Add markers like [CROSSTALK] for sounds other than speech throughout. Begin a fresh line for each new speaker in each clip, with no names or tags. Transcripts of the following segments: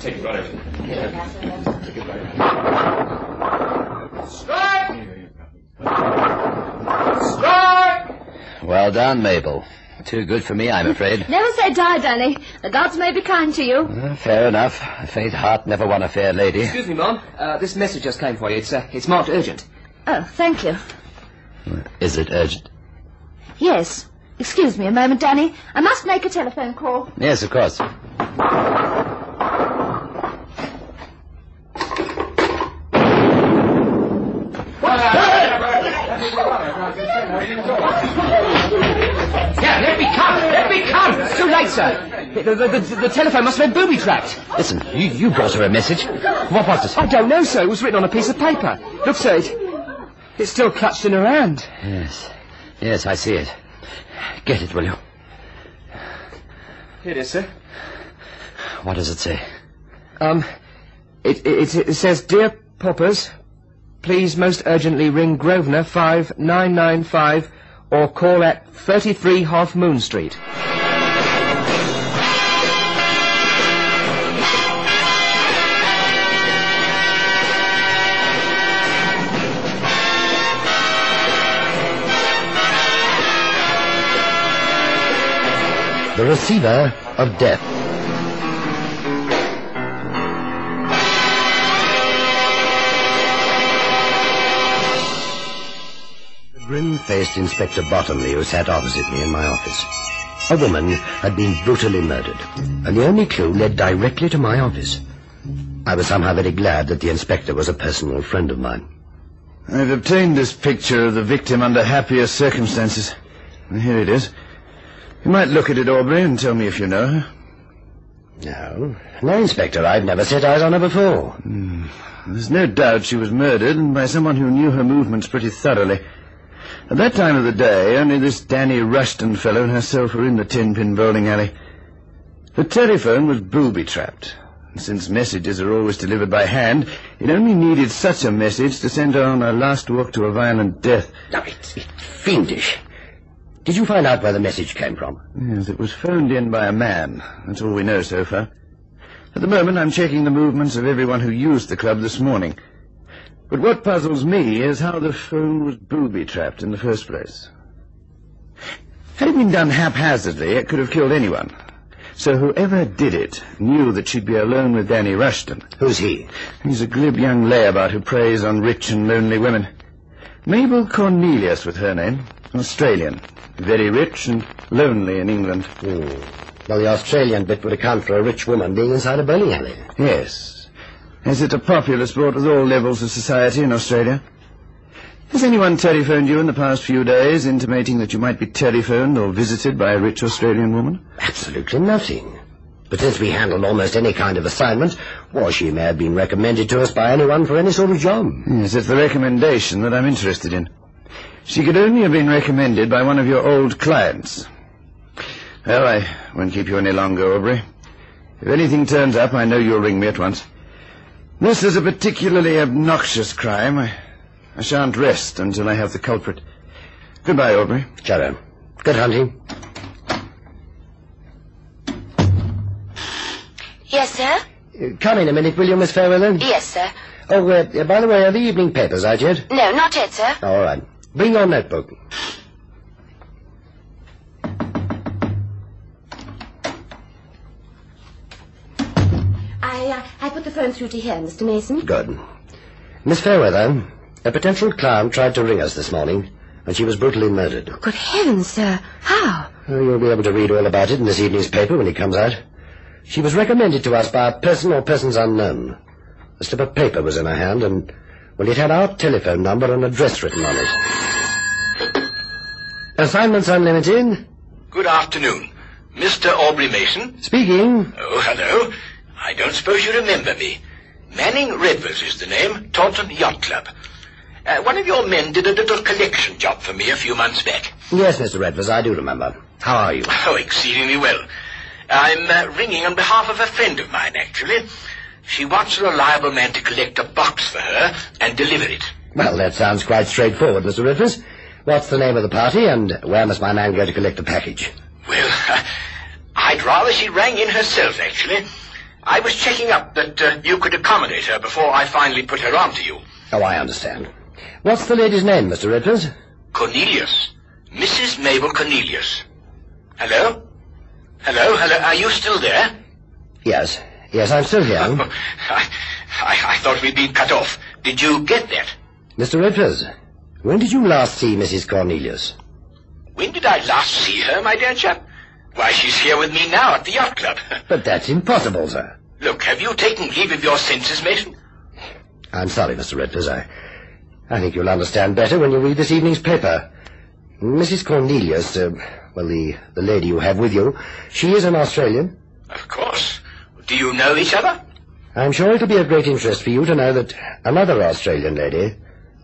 Take it right.
Well done, Mabel. Too good for me, I'm afraid.
Never say die, Danny. The gods may be kind to you.
Uh, fair enough. A faint heart never won a fair lady.
Excuse me, Mom. Uh, this message just came for you. It's, uh, it's marked urgent.
Oh, thank you.
Is it urgent?
Yes. Excuse me a moment, Danny. I must make a telephone call.
Yes, of course.
Yeah, let me come. Let me come. It's too late, sir. The, the, the, the telephone must have been booby-trapped.
Listen, you, you brought her a message. What was it?
I don't know, sir. It was written on a piece of paper. Look, sir, it, it's still clutched in her hand.
Yes. Yes, I see it. Get it, will you?
Here it is, sir.
What does it say?
Um, it, it, it says, Dear Poppers, please most urgently ring Grosvenor 5995 or call at 33 Half Moon Street.
The Receiver of Death. The grim-faced Inspector Bottomley, who sat opposite me in my office. A woman had been brutally murdered, and the only clue led directly to my office. I was somehow very glad that the inspector was a personal friend of mine.
I've obtained this picture of the victim under happier circumstances. Here it is. You might look at it, Aubrey, and tell me if you know her.
No, no, Inspector, I've never set eyes on her before.
Hmm. There's no doubt she was murdered and by someone who knew her movements pretty thoroughly. At that time of the day, only this Danny Rushton fellow and herself were in the Tin Pin bowling alley. The telephone was booby-trapped. and Since messages are always delivered by hand, it only needed such a message to send her on her last walk to a violent death.
No, it's, it's fiendish. Did you find out where the message came from?
Yes, it was phoned in by a man. That's all we know so far. At the moment, I'm checking the movements of everyone who used the club this morning. But what puzzles me is how the phone was booby-trapped in the first place. Had it been done haphazardly, it could have killed anyone. So whoever did it knew that she'd be alone with Danny Rushton.
Who's he?
He's a glib young layabout who preys on rich and lonely women. Mabel Cornelius was her name, an Australian, very rich and lonely in England.
Hmm. Well, the Australian bit would account for a rich woman being inside a bowling alley.
Yes. Is it a popular sport with all levels of society in Australia? Has anyone telephoned you in the past few days intimating that you might be telephoned or visited by a rich Australian woman?
Absolutely nothing. But since we handled almost any kind of assignment, well, she may have been recommended to us by anyone for any sort of job.
Yes, it's the recommendation that I'm interested in. She could only have been recommended by one of your old clients. Well, I won't keep you any longer, Aubrey. If anything turns up, I know you'll ring me at once. This is a particularly obnoxious crime. I, I shan't rest until I have the culprit. Goodbye, Aubrey.
Charo, good hunting.
Yes, sir?
Uh, Come in a minute, will you, Miss Fairweather?
Yes, sir.
Oh, uh, uh, by the way, are the evening papers out yet?
No, not yet, sir.
All right. Bring your notebook.
I, uh, I put the phone through to here, Mr. Mason.
Good. Miss Fairweather, a potential client tried to ring us this morning, and she was brutally murdered.
Oh, Good heavens, sir. How?
Oh, You'll be able to read all about it in this evening's paper when it comes out. She was recommended to us by a person or persons unknown. A slip of paper was in her hand, and, well, it had our telephone number and address written on it. Assignments Unlimited.
Good afternoon. Mr. Aubrey Mason?
Speaking.
Oh, hello. I don't suppose you remember me. Manning Redvers is the name, Taunton Yacht Club. Uh, one of your men did a little collection job for me a few months back. [LAUGHS]
Yes, Mr. Redvers, I do remember. How are you?
Oh, exceedingly well. I'm uh, ringing on behalf of a friend of mine, actually. She wants a reliable man to collect a box for her and deliver it.
Well, that sounds quite straightforward, Mr. Redvers. What's the name of the party, and where must my man
[LAUGHS]
go to collect the package?
Well, I'd rather she rang in herself, actually. I was checking up that uh, you could accommodate her before I finally put her on to you.
Oh, I understand. What's the lady's name, Mr. Redford?
Cornelius. Mrs. Mabel Cornelius. Hello? Hello, hello, are you still there? [LAUGHS]
Yes. Yes, I'm still here.
I, I, I thought we'd been cut off. Did you get that?
Mr. Redford, when did you last see Mrs. Cornelius?
When did I last see her, my dear chap? Why, she's here with me now at the yacht club. [LAUGHS]
But that's impossible, sir.
Look, have you taken leave of your senses, Mason?
I'm sorry, Mr. Redford. I, I think you'll understand better when you read this evening's paper. Mrs. Cornelius, uh, well, the, the lady you have with you, she is an Australian.
Of course. Do you know each other?
I'm sure it'll be of great interest for you to know that another Australian lady,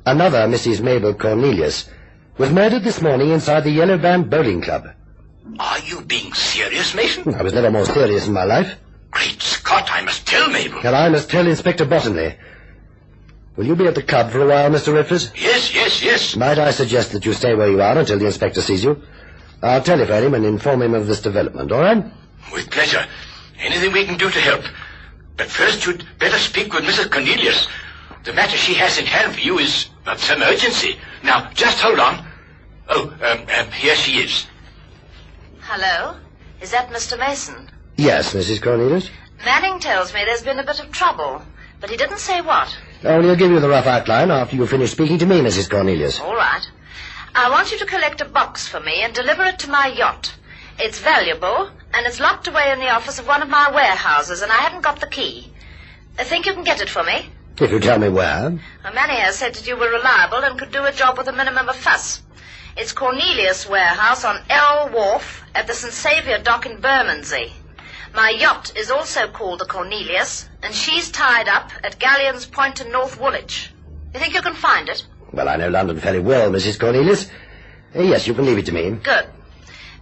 another Mrs. Mabel Cornelius, was murdered this morning inside the Yellow Band Bowling Club.
Are you being serious, Mason?
I was never more serious in my life.
Great Scott, I must tell Mabel.
And I must tell Inspector Bottomley. Will you be at the club for a while, Mr. Redford?
Yes, yes, yes.
Might I suggest that you stay where you are until the inspector sees you? I'll telephone him and inform him of this development, all right?
With pleasure. Anything we can do to help. But first you'd better speak with Mrs. Cornelius. The matter she has in hand for you is of some urgency. Now, just hold on. Oh, um, um, here she is.
Hello? Is that Mr. Mason?
Yes, Mrs. Cornelius.
Manning tells me there's been a bit of trouble, but he didn't say what.
Oh, he'll give you the rough outline after you finish speaking to me, Mrs. Cornelius.
All right. I want you to collect a box for me and deliver it to my yacht. It's valuable, and it's locked away in the office of one of my warehouses, and I haven't got the key. I think you can get it for me.
If you tell me where.
Uh, Manier said that you were reliable and could do a job with a minimum of fuss. It's Cornelius Warehouse on L Wharf at the St. Saviour dock in Bermondsey. My yacht is also called the Cornelius, and she's tied up at Galleon's Point in North Woolwich. You think you can find it?
Well, I know London very well, Mrs. Cornelius. Uh, yes, you can leave it to me.
Good.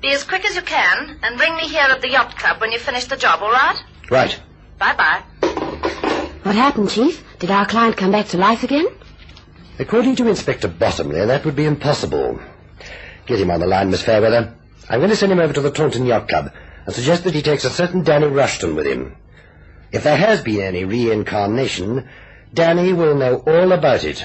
Be as quick as you can, and ring me here at the yacht club when you finish the job, all right?
Right.
Bye-bye.
What happened, Chief? Did our client come back to life again?
According to Inspector Bottomley, that would be impossible. Get him on the line, Miss Fairweather. I'm going to send him over to the Taunton Yacht Club and suggest that he takes a certain Danny Rushton with him. If there has been any reincarnation, Danny will know all about it.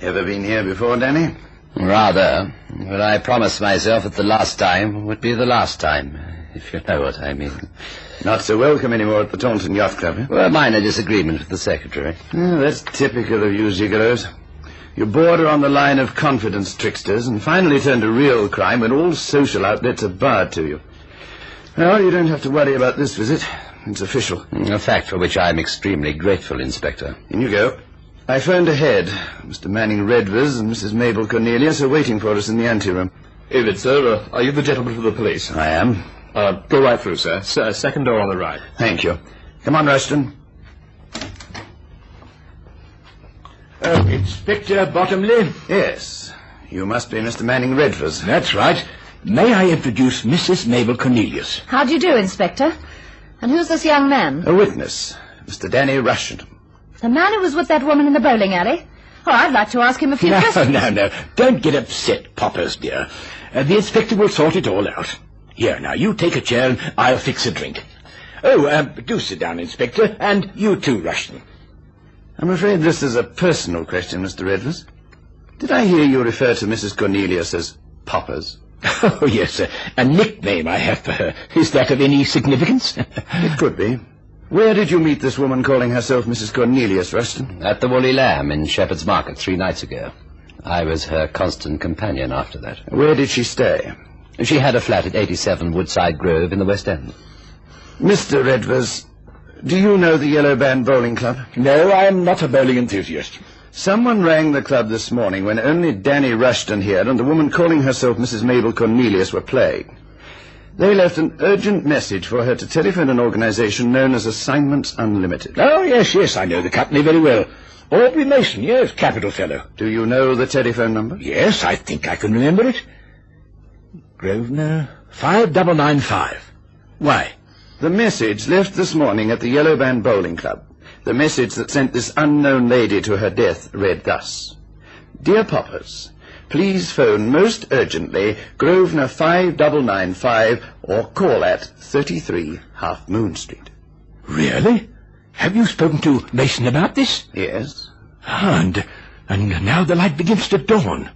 Ever been here before, Danny?
Rather. But I promised myself that the last time would be the last time, if you know what I mean.
Not so welcome anymore at the Taunton Yacht Club. eh?
Well, a minor disagreement with the secretary.
Oh, that's typical of you gigolos. You border on the line of confidence tricksters and finally turn to real crime when all social outlets are barred to you. Well, you don't have to worry about this visit. It's official.
A fact for which I am extremely grateful, Inspector.
In you go. I phoned ahead. Mr. Manning Redvers and Mrs. Mabel Cornelius are waiting for us in the anteroom.
David, sir, uh, are you the gentleman from the police?
I am.
Uh, go right through, sir. S- uh, second door on the right.
Thank you. Come on, Rushton.
Uh, Inspector Bottomley?
Yes. You must be Mr. Manning Redvers.
That's right. May I introduce Mrs. Mabel Cornelius?
How do you do, Inspector? And who's this young man?
A witness, Mr. Danny Rushton.
The man who was with that woman in the bowling alley? Oh, I'd like to ask him a few
No,
questions.
no, no. Don't get upset, Poppers, dear. Uh, the inspector will sort it all out. Here, now, you take a chair and I'll fix a drink. Oh, um, do sit down, Inspector, and you too, Rushton.
I'm afraid this is a personal question, Mr. Redvers. Did I hear you refer to Mrs. Cornelius as Poppers?
[LAUGHS] Oh, yes, sir. A nickname I have for her. Is that of any significance?
[LAUGHS] It could be. Where did you meet this woman calling herself Mrs. Cornelius Rushton?
At the Woolly Lamb in Shepherd's Market three nights ago. I was her constant companion after that.
Where did she stay?
She had a flat at 87 Woodside Grove in the West End.
Mr. Redvers, do you know the Yellow Band Bowling Club?
no, I'm not a bowling enthusiast.
Someone rang the club this morning when only Danny Rushton here and the woman calling herself Mrs. Mabel Cornelius were playing. They left an urgent message for her to telephone an organization known as Assignments Unlimited.
Oh, yes, yes, I know the company very well. Aubrey Mason, yes, capital fellow.
Do you know the telephone number?
Yes, I think I can remember it. Grosvenor 5995.
Why? The message left this morning at the Yellow Band Bowling Club. The message that sent this unknown lady to her death read thus Dear Poppers, please phone most urgently Grosvenor 5995 or call at 33 Half Moon Street.
Really? Have you spoken to Mason about this?
Yes.
Ah, and, and now the light begins to dawn.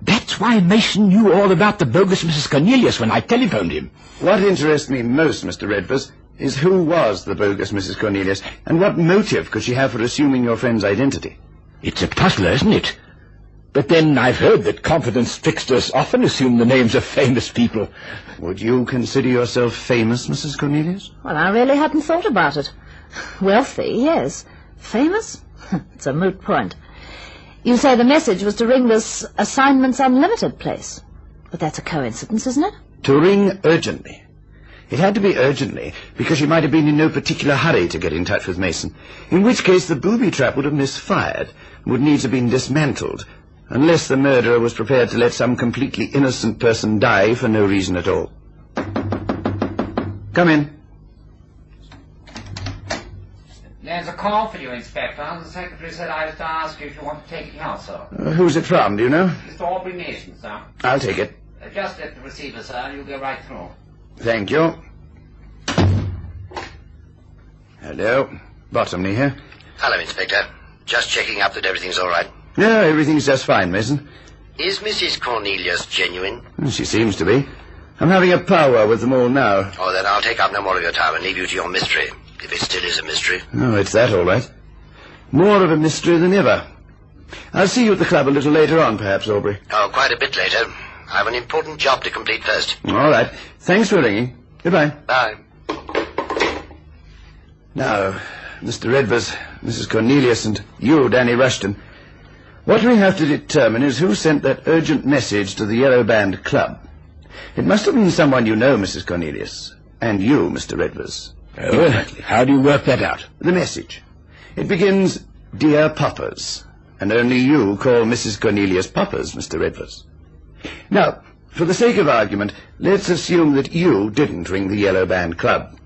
That's why Mason knew all about the bogus Mrs. Cornelius when I telephoned him.
What interests me most, Mr. Redvers, is who was the bogus Mrs. Cornelius and what motive could she have for assuming your friend's identity?
It's a puzzler, isn't it? But then I've heard that confidence tricksters often assume the names of famous people.
Would you consider yourself famous, Mrs. Cornelius?
Well, I really hadn't thought about it. Wealthy, yes. Famous? [LAUGHS] it's a moot point. You say the message was to ring this Assignments Unlimited place. But that's a coincidence, isn't it?
To ring urgently. It had to be urgently, because she might have been in no particular hurry to get in touch with Mason, in which case the booby trap would have misfired, and would needs have been dismantled, unless the murderer was prepared to let some completely innocent person die for no reason at all. Come in.
There's a call for you, Inspector. The secretary said I was to ask you if you want to take it out, sir.
Uh, who's it from, do you know?
It's the Aubrey Nation, sir.
I'll take it.
Uh, Just let the receiver, sir, and you'll go right through.
Thank you. Hello. Bottomley here.
Hello, Inspector. Just checking up that everything's all right.
No, everything's just fine, Mason.
Is Mrs. Cornelius genuine?
She seems to be. I'm having a powwow with them all now.
Oh, then I'll take up no more of your time and leave you to your mystery, if it still is a mystery.
Oh, it's that all right. More of a mystery than ever. I'll see you at the club a little later on, perhaps, Aubrey.
Oh, quite a bit later. I've an important job to complete first.
All right. Thanks for ringing. Goodbye.
Bye.
Now, Mr. Redvers, Mrs. Cornelius, and you, Danny Rushton. What we have to determine is who sent that urgent message to the Yellow Band Club. It must have been someone you know, Mrs. Cornelius. And you, Mr. Redvers.
Oh, well, how do you work that out?
The message. It begins, Dear Poppers. And only you call Mrs. Cornelius Poppers, Mr. Redvers. Now, for the sake of argument, let's assume that you didn't ring the Yellow Band Club.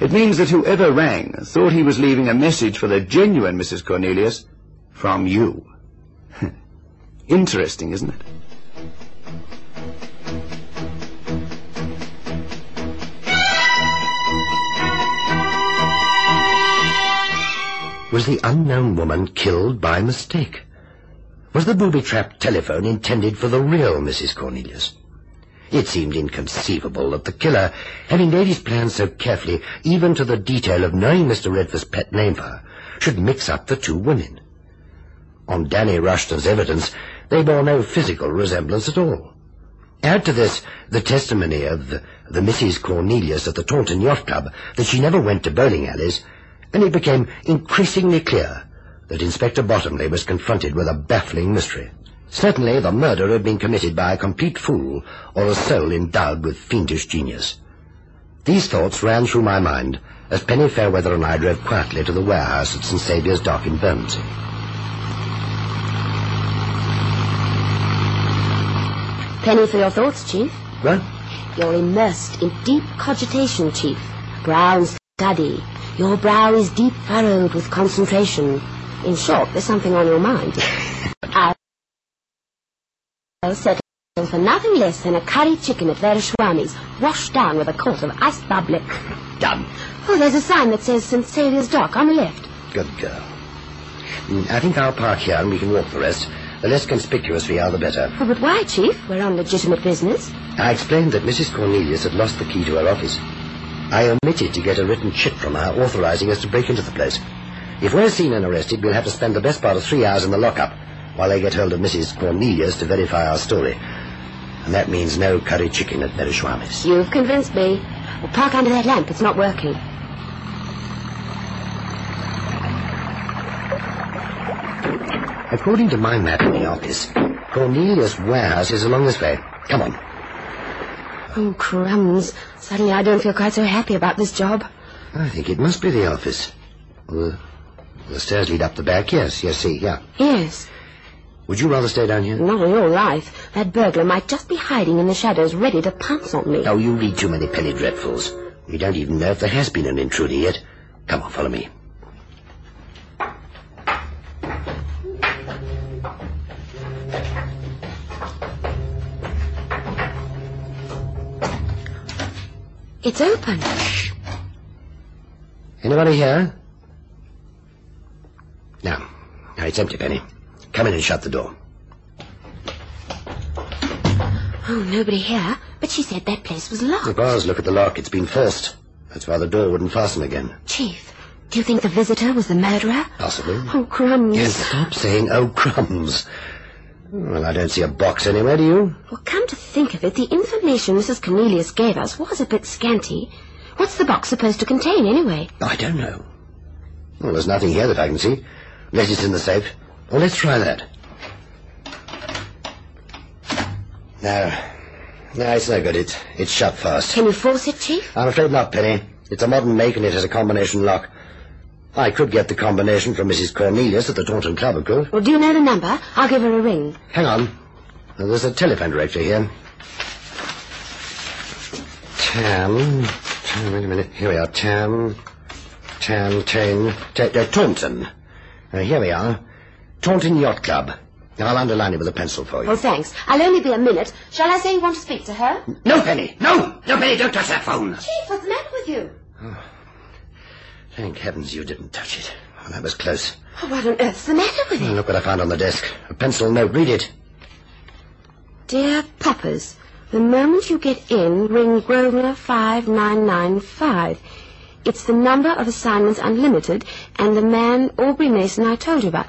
It means that whoever rang thought he was leaving a message for the genuine Mrs. Cornelius from you. [LAUGHS] Interesting, isn't it?
Was the unknown woman killed by mistake? Was the booby trap telephone intended for the real Mrs. Cornelius? It seemed inconceivable that the killer, having laid his plans so carefully, even to the detail of knowing Mr. Redvers' pet name for her, should mix up the two women. On Danny Rushton's evidence, they bore no physical resemblance at all. Add to this the testimony of the, the Mrs. Cornelius at the Taunton Yacht Club that she never went to bowling alleys, and it became increasingly clear that Inspector Bottomley was confronted with a baffling mystery. Certainly the murder had been committed by a complete fool or a soul endowed with fiendish genius. These thoughts ran through my mind as Penny Fairweather and I drove quietly to the warehouse at St. Saviour's Dock in Bermondsey.
Penny for your thoughts, Chief.
What?
You're immersed in deep cogitation, Chief. Brown's study. Your brow is deep furrowed with concentration. In short, there's something on your mind. I'll settle for nothing less than a curry chicken at Vereshwami's, washed down with a quart of iced bubbly.
Done.
Oh, there's a sign that says St. Saviour's Dock on the left.
Good girl. Mm, I think I'll park here and we can walk the rest. The less conspicuous we are, the better.
Oh, but why, Chief? We're on legitimate business.
I explained that Mrs. Cornelius had lost the key to her office. I omitted to get a written chit from her authorizing us to break into the place. If we're seen and arrested, we'll have to spend the best part of three hours in the lockup while they get hold of Mrs. Cornelius to verify our story. And that means no curry chicken at Berishwami's.
You've convinced me. Well, park under that lamp. It's not working.
According to my map in the office, Cornelius' warehouse is along this way. Come on.
Oh, crumbs. Suddenly I don't feel quite so happy about this job.
I think it must be the office. The, the stairs lead up the back. Yes, yes, see, yeah.
Yes.
Would you rather stay down here?
Not in your life. That burglar might just be hiding in the shadows, ready to pounce on me.
Oh, you read too many penny dreadfuls. We don't even know if there has been an intruder yet. Come on, follow me.
It's open.
Anybody here? No. No, it's empty, Penny. Come in and shut the door.
Oh, nobody here. But she said that place was locked.
The bars look at the lock. It's been forced. That's why the door wouldn't fasten again.
Chief, do you think the visitor was the murderer?
Possibly.
Oh, crumbs.
Yes, [LAUGHS] stop saying, oh, crumbs. Well, I don't see a box anywhere, do you?
Well, come to think of it, the information Mrs. Cornelius gave us was a bit scanty. What's the box supposed to contain, anyway?
I don't know. Well, there's nothing here that I can see. Unless it's in the safe. Well, let's try that. No. No, it's no good. It's, it's shut fast.
Can you force it, Chief?
I'm afraid not, Penny. It's a modern make and it has a combination lock. I could get the combination from Mrs. Cornelius at the Taunton Club, of course.
Well, do you know the number? I'll give her a ring.
Hang on. Now, There's a telephone directory here. Tam. Tam, wait a minute. Here we are. Tam. Tam, Tane. Ta- uh, Taunton. Uh, here we are. Taunton Yacht Club. Now, I'll underline it with a pencil for you.
Oh, thanks. I'll only be a minute. Shall I say you want to speak to her?
No, Penny. No! No, Penny, don't touch that phone.
Chief, what's the matter with you?
Thank heavens you didn't touch it. Well, that was close.
Oh, what on earth's the matter with you?
Look what I found on the desk. A pencil note. Read it.
Dear Poppers, the moment you get in, ring Grosvenor 5995. It's the number of assignments unlimited and the man Aubrey Mason I told you about.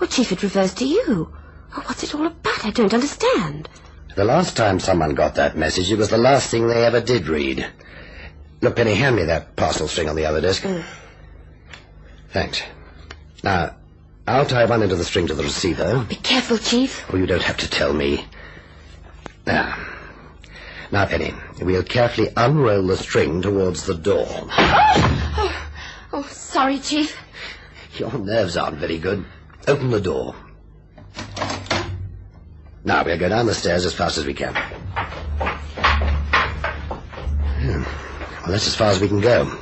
Well, Chief, it refers to you. Oh, what's it all about? I don't understand.
The last time someone got that message, it was the last thing they ever did read. Look, Penny, hand me that parcel string on the other desk. Thanks. Now, I'll tie one end of the string to the receiver.
Be careful, Chief.
Oh, you don't have to tell me. Now, now, Penny, we'll carefully unroll the string towards the door.
[GASPS] Oh, sorry, Chief.
Your nerves aren't very good. Open the door. Now we'll go down the stairs as fast as we can. Hmm. Well, that's as far as we can go.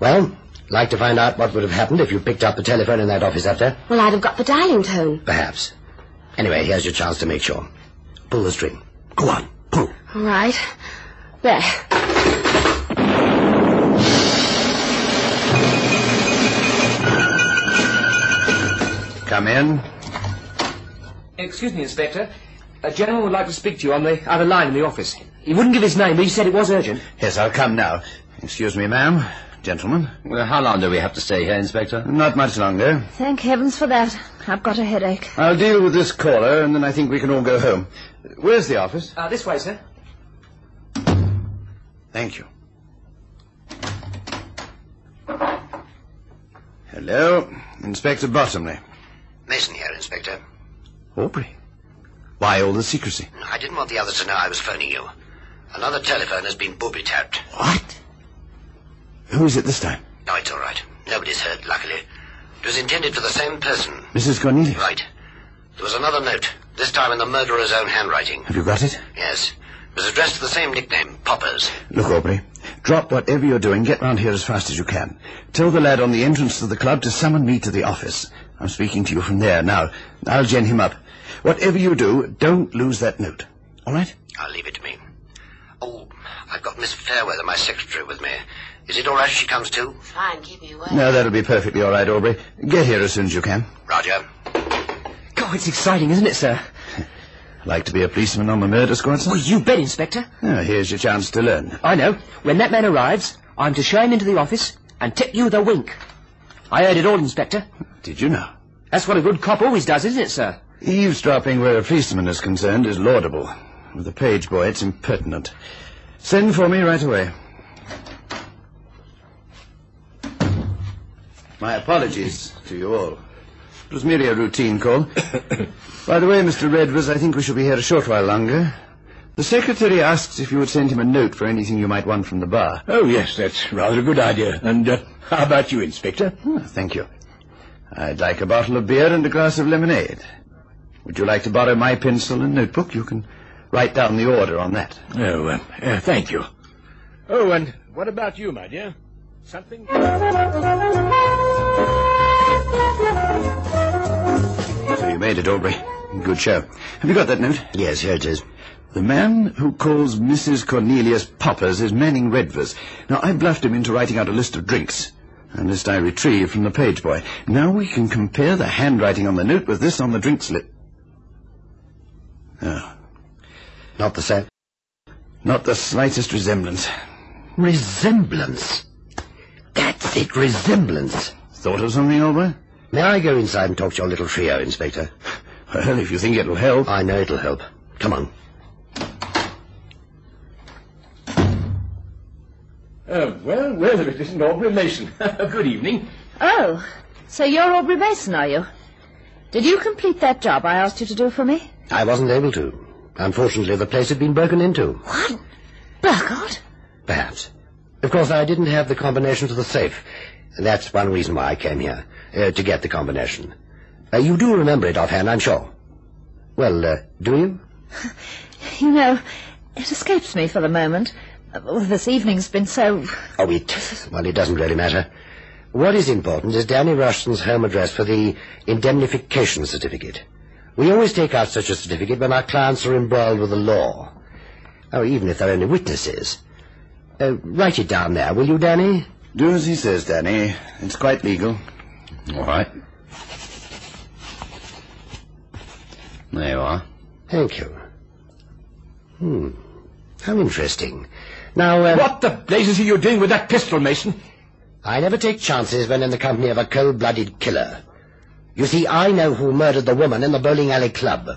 Well, like to find out what would have happened if you picked up the telephone in that office up there?
Well, I'd have got the dialing tone.
Perhaps. Anyway, here's your chance to make sure. Pull the string. Go on.
All right. There.
Come in.
Excuse me, Inspector. A gentleman would like to speak to you on the other line in the office. He wouldn't give his name, but he said it was urgent.
Yes, I'll come now. Excuse me, ma'am. Gentlemen. Well, how long do we have to stay here, Inspector? Not much longer.
Thank heavens for that. I've got a headache.
I'll deal with this caller, and then I think we can all go home. Where's the office?
Uh, this way, sir.
Thank you. Hello, Inspector Bottomley.
Mason here, Inspector.
Aubrey. Why all the secrecy?
I didn't want the others to know I was phoning you. Another telephone has been booby tapped.
Who is it this time?
No, it's all right. Nobody's hurt, luckily. It was intended for the same person.
Mrs. Cornelius.
Right. There was another note, this time in the murderer's own handwriting.
Have you got it?
Yes. It was addressed to the same nickname, Poppers.
Look, Aubrey, drop whatever you're doing. Get round here as fast as you can. Tell the lad on the entrance to the club to summon me to the office. I'm speaking to you from there now. I'll gen him up. Whatever you do, don't lose that note. All right?
I'll leave it to me. Oh, I've got Miss Fairweather, my secretary, with me. Is it all right if she comes too?
Fine, keep me away.
No, that'll be perfectly all right, Aubrey. Get here as soon as you can.
Roger.
God, it's exciting, isn't it, sir?
Like to be a policeman on the murder squad, sir?
Well, you bet, Inspector.
Oh,
Ah, here's your chance to learn.
I know. When that man arrives, I'm to show him into the office and tip you the wink. I heard it all, Inspector.
Did you know?
That's what a good cop always does, isn't it, sir?
Eavesdropping where a policeman is concerned is laudable. With a page boy, it's impertinent. Send for me right away. My apologies to you all. It was merely a routine
[COUGHS]
call. By the way, Mr. Redvers, I think we shall be here a short while longer. The secretary asks if you would send him a note for anything you might want from the bar.
Oh, yes, that's rather a good idea. And uh, how about you, Inspector?
Ah, thank you. I'd like a bottle of beer and a glass of lemonade. Would you like to borrow my pencil and notebook? You can write down the order on that.
Oh, uh, uh, thank you. Oh, and what about you, my dear? Something?
So you made it, Aubrey. Good show. Have you got that note? Yes, here it is. The man who calls Mrs. Cornelius Poppers is Manning Redvers. Now, I bluffed him into writing out a list of drinks. A list I retrieved from the page boy. Now we can compare the handwriting on the note with this on the drinks list. Oh. Not the same. Not the slightest resemblance.
Resemblance. That's it, resemblance.
Thought of something, old boy?
May I go inside and talk to your little trio, Inspector?
Well, if you think it'll help.
I know it'll help. Come on.
Oh, well, well, if it isn't Aubrey Mason. Good evening.
Oh, so you're Aubrey Mason, are you? Did you complete that job I asked you to do for me?
I wasn't able to. Unfortunately, the place had been broken into.
What? Burkhardt?
Perhaps. Of course, I didn't have the combination to the safe. That's one reason why I came here, uh, to get the combination. Uh, you do remember it offhand, I'm sure. Well, uh, do you?
You know, it escapes me for the moment. Uh, well, This evening's been so.
Oh, it. [LAUGHS] Well, it doesn't really matter. What is important is Danny Rushton's home address for the indemnification certificate. We always take out such a certificate when our clients are embroiled with the law. Oh, even if they're only witnesses. Uh, write it down there, will you, Danny?
Do as he says, Danny. It's quite legal.
All right. There you are.
Thank you. Hmm. How interesting. Now, uh,
What the blazes are you doing with that pistol, Mason?
I never take chances when in the company of a cold-blooded killer. You see, I know who murdered the woman in the bowling alley club.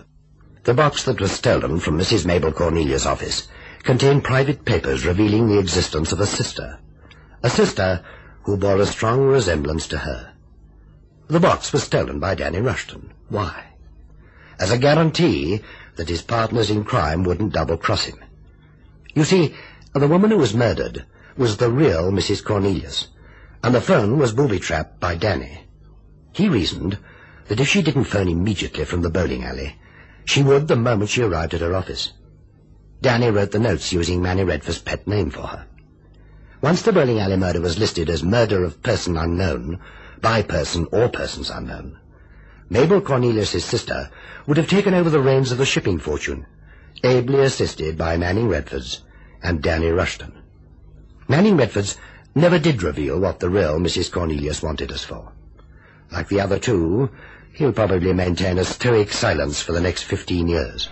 The box that was stolen from Mrs. Mabel Cornelia's office contained private papers revealing the existence of a sister. A sister who bore a strong resemblance to her. The box was stolen by Danny Rushton. Why? As a guarantee that his partners in crime wouldn't double-cross him. You see, the woman who was murdered was the real Mrs. Cornelius, and the phone was booby-trapped by Danny. He reasoned that if she didn't phone immediately from the bowling alley, she would the moment she arrived at her office. Danny wrote the notes using Manny Redford's pet name for her. Once the bowling alley murder was listed as murder of person unknown, by person or persons unknown, Mabel Cornelius's sister would have taken over the reins of the shipping fortune, ably assisted by Manning Redford's and Danny Rushton. Manning Redford's never did reveal what the real Mrs. Cornelius wanted us for. Like the other two, he'll probably maintain a stoic silence for the next fifteen years.